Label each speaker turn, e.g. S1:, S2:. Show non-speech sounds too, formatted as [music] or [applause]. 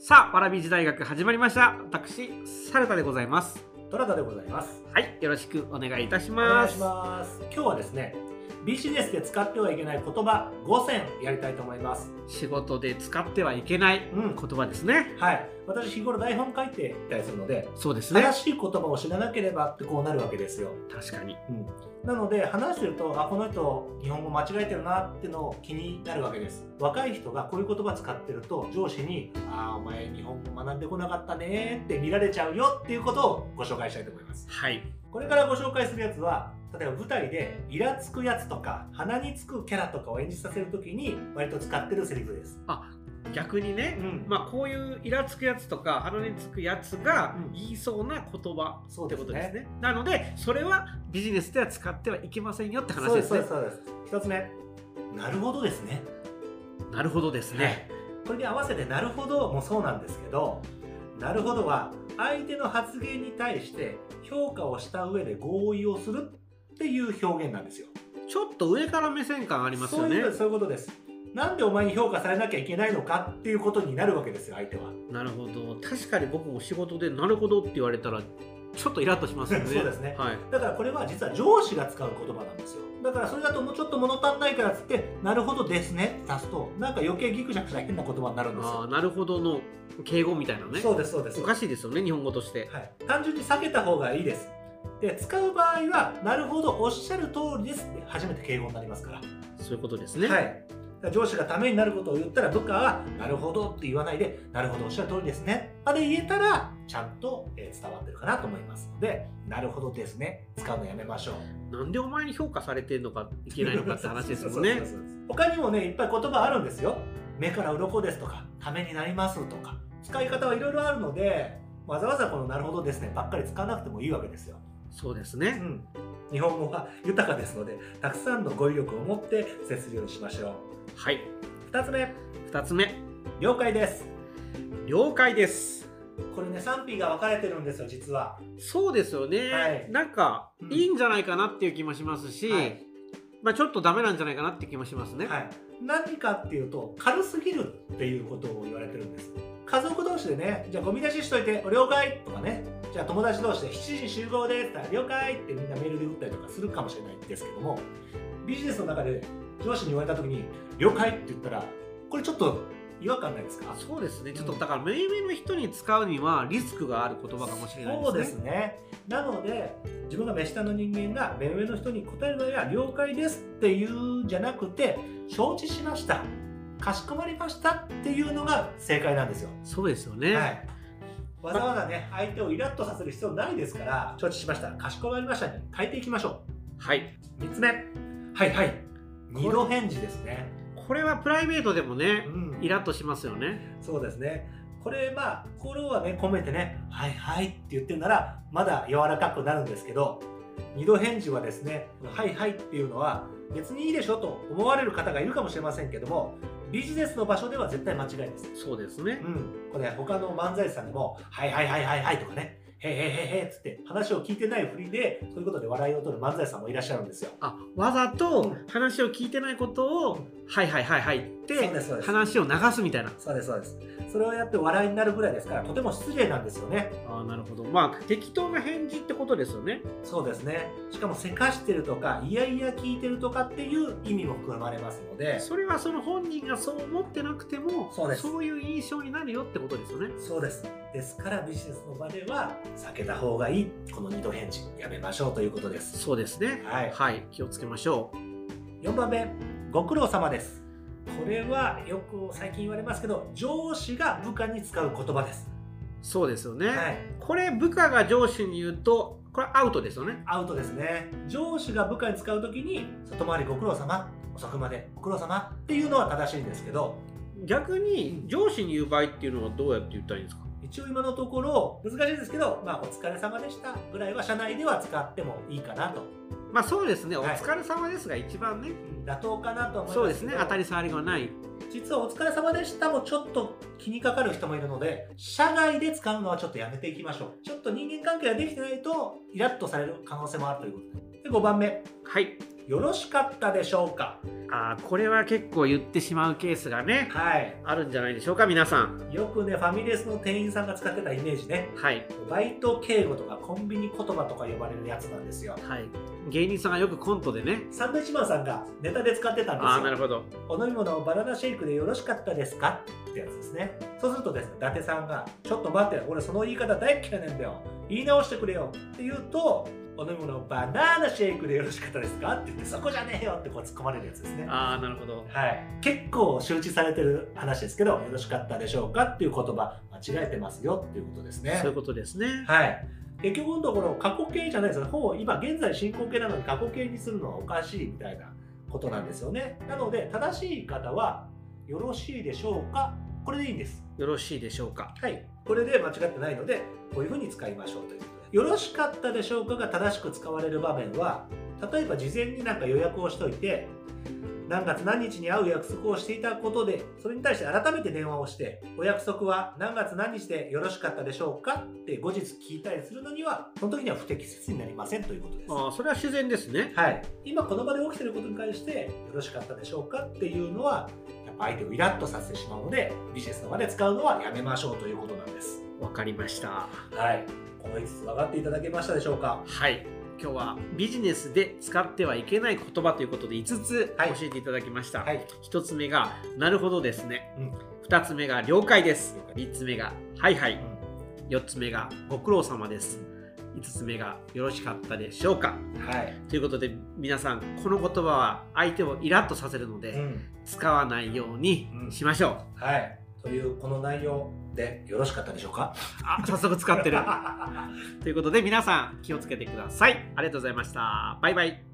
S1: さあ、わらび時大学始まりました。私、サルタでございます。
S2: トラタでございます。
S1: はい、よろしくお願いいたし
S2: お願
S1: ま
S2: い
S1: す。
S2: します。今日はですね、ビジネスで使ってはいけない言葉5選やりたいと思います。
S1: 仕事で使ってはいけない
S2: う
S1: 言
S2: ん
S1: 葉ですね。
S2: はい。私日頃台本書いていたりするので、
S1: そうですね
S2: 正。しい言葉を知らなければってこうなるわけですよ。
S1: 確かに。
S2: うん。なので話してると、あ、この人日本語間違えてるなってのを気になるわけです。若い人がこういう言葉使ってると上司に、あーお前日本語学んでこなかったねーって見られちゃうよっていうことをご紹介したいと思います。
S1: はい。
S2: これからご紹介するやつは例えば舞台でイラつくやつとか鼻につくキャラとかを演じさせるときに割と使ってるセリフです、
S1: 逆にね、
S2: ん
S1: まあ、こういうイラつくやつとか鼻につくやつが
S2: うん
S1: 言いそうな言葉
S2: そう
S1: って
S2: です
S1: こ
S2: ね
S1: とですね。なので、それはビジネスでは使ってはいけませんよって話
S2: そう
S1: で
S2: で
S1: す
S2: すそう
S1: ね
S2: です。そうです一つ目なるほどですね
S1: なるほどですね。
S2: これに合わせてなるほどもそうなんですけどなるほどは相手の発言に対して評価をした上で合意をするっていう表現なんですよ
S1: ちょっと上から目線感ありますよ
S2: そうい
S1: ね
S2: うこと。ですそういうことですなんでお前に評価されなきゃいけないのかっていうことになるわけですよ相手は
S1: なるほど。確かに僕も仕事でなるほどって言われたら、ちょっとイラッとしますよね。
S2: [laughs] そうですね
S1: はい。
S2: だからこれは実は上司が使う言葉なんですよだからそれだともうちょっと物足んないからっつって「なるほどですね」って足すとなんか余計ギクシャクした変な言葉になるんです
S1: ああ、
S2: よ、
S1: なるほどの敬語みたいなね。
S2: そうですそうです
S1: おかしいですよね、日本語として。
S2: はい、単純に避けた方がいいですで使う場合は「なるほどおっしゃる通りです」って初めて敬語になりますから、
S1: そういうことですね。
S2: はいだから上司がためになることを言ったら部下は「なるほど」って言わないで「なるほどおっしゃる通りですね」まで言えたらちゃんとえー伝わってるかなと思いますので「なるほどですね」使うのやめましょう
S1: なんでお前に評価されてるのかいけないのかって話ですもんね
S2: [laughs] そう。そうそうそう他にもねいっぱい言葉あるんですよ目から鱗ですとかためになりますとか使い方はいろいろあるのでわざわざこの「なるほどですね」ばっかり使わなくてもいいわけですよ、
S1: そうです
S2: う
S1: ね。
S2: ん、日本語は豊かですのでたくさんの語彙力を持って接するようにしましょ
S1: はい。
S2: う2つ目
S1: 二つ目、
S2: 了解です
S1: 了解です。
S2: これね賛否が分かれてるんですよ実は、
S1: そうですよね。
S2: はい
S1: なんか、
S2: うん
S1: いいんじゃないかなっていう気もしますし、
S2: はい
S1: まあちょっとダメなんじゃないかなって気もしますね。
S2: はい、何かっていうと軽すぎるっていうことを言われてるんです家族同士でねじゃあゴミ出ししといて了解とかねじゃあ友達同士で7時集合ですって言ったら了解ってみんなメールで打ったりとかするかもしれないんですけどもビジネスの中で上司に言われた時に了解って言ったらこれちょっと違和感ないですか
S1: そうですね。ちょっと
S2: うん
S1: だから、目上の人に使うにはリスクがある言葉かもしれないですね。
S2: そうですねなので自分が目下の人間が目上の人に答えるのや了解ですっていうんじゃなくて承知しましたかしこまりましたっていうのが正解なんですよ、
S1: そうですよね。
S2: はいわざわざね相手をイラッとさせる必要ないですから承知しましたかしこまりましたに変えていきましょ
S1: はい。
S2: う3つ目はいはい二度返事ですね、
S1: これはプライベートでもね、
S2: ん
S1: イラッとしますよね。
S2: そうですね。これまあ心はね込めてね「はいはい」って言ってるならまだ柔らかくなるんですけど二度返事はですね「はいはい」っていうのは別にいいでしょと思われる方がいるかもしれませんけどもビジネスの場所では絶対間違いです。
S1: そうですね
S2: う。ん、これ他の漫才師さんでも「はいはいはいはいはい」とかね「へーへーへーへー」っつって話を聞いてないふりでそういうことで笑いを取る漫才師さんもいらっしゃるんですよ。
S1: あわざと
S2: うん
S1: 話を聞いてないことを「はいはいはいはい」って
S2: そうですそうです
S1: 話を流すみたいな
S2: そうですそうです。それをやって笑いになるぐらいですからとても失礼なんですよね。
S1: あーなるほどまあ適当な返事ってことですよね
S2: そうですね。しかもせかしてるとか、いやいや聞いてるとかっていう意味も含まれますので、
S1: それはその本人がそう思ってなくても
S2: そうです
S1: いう印象になるよってことですよね
S2: そうです。ですからビジネスの場では避けた方がいい。この二度返事やめましょうということです。
S1: そうですね
S2: はい。
S1: はい気をつけましょう
S2: 4番目、ご苦労様です。これはよく最近言われますけど、上司が部下に使う言葉です。
S1: そうですよね、
S2: はい。
S1: これ部下が上司に言うとこれアウトですよね
S2: アウトですね。上司が部下に使うときに、外回りご苦労様、遅くまでご苦労様っていうのは正しいんですけど、
S1: 逆に上司に言う場合っていうのはどうやって言ったらいいんですか
S2: 一応今のところ難しいですけど、まあ、お疲れ様でしたぐらいは社内では使ってもいいかなと
S1: まあそうですね、
S2: はい
S1: お疲れ様ですが一番ね
S2: 妥当かなと思いますけど
S1: そうですね当たり障りがない
S2: 実はお疲れ様でしたもちょっと気にかかる人もいるので社外で使うのはちょっとやめていきましょうちょっと人間関係ができてないとイラッとされる可能性もあるということでで5番目
S1: はい
S2: よろしかったでしょうか
S1: あーこれは結構言ってしまうケースがね
S2: はい
S1: あるんじゃないでしょうか皆さん
S2: よくねファミレスの店員さんが使ってたイメージね
S1: はい
S2: バイト敬語とかコンビニ言葉とか呼ばれるやつなんですよ
S1: はい芸人さんがよくコントでね
S2: サンドイッチマンさんがネタで使ってたんですよ
S1: ああなるほど
S2: お飲み物をバナナシェイクでよろしかったですかってやつですねそうするとですね伊達さんが「ちょっと待って俺その言い方大っ嫌いなんだよ言い直してくれよ」って言うと「お飲み物をバナナシェイクでよろしかったですか?」って言って「そこじゃねえよ」ってこう突っ込まれるやつですね
S1: ああなるほど
S2: はい、結構周知されてる話ですけど「よろしかったでしょうか?」っていう言葉間違えてますよっていうことですね
S1: そういうことですね
S2: はい結局のところ過去形じゃないですよほぼ今現在進行形なのに過去形にするのはおかしいみたいなことなんですよねなので正しい言い方は「よろしいでしょうか?」これでいいんです
S1: よろしいでしょうか
S2: はいこれで間違ってないのでこういうふうに使いましょうということで「よろしかったでしょうか?」が正しく使われる場面は例えば事前になんか予約をしといて何月何日に会う約束をしていたことでそれに対して改めて電話をして「お約束は何月何日でよろしかったでしょうか?」って後日聞いたりするのにはその時には不適切になりませんということです。
S1: ああそれは自然ですね
S2: はい、今この場で起きてることに対して「よろしかったでしょうか?」っていうのはやっぱ相手をイラッとさせてしまうのでビジネスの場で使うのはやめましょうということなんです。
S1: わかりました
S2: はい、この5つ分かっていただけましたでしょうか。
S1: はい今日はビジネスで使ってはいけない言葉ということで5つ
S2: はい
S1: 教えていただきました、
S2: はい、
S1: 1つ目が「なるほどですね」
S2: うん
S1: 2つ目が「了解です
S2: 了」解
S1: 3つ目が「はいは
S2: う
S1: い」4つ目が「ご苦労様です」5つ目が「よろしかったでしょうか
S2: ん、はい、」
S1: ということで皆さんこの言葉は相手をイラッとさせるので、
S2: ん、
S1: 使わないようにしましょう、
S2: はい、というこの内容でよろしかったでしょうか。
S1: あ早速
S2: [laughs]
S1: 使ってる
S2: は
S1: ということで皆さん気をつけてくださいありがとうございましたバイバイ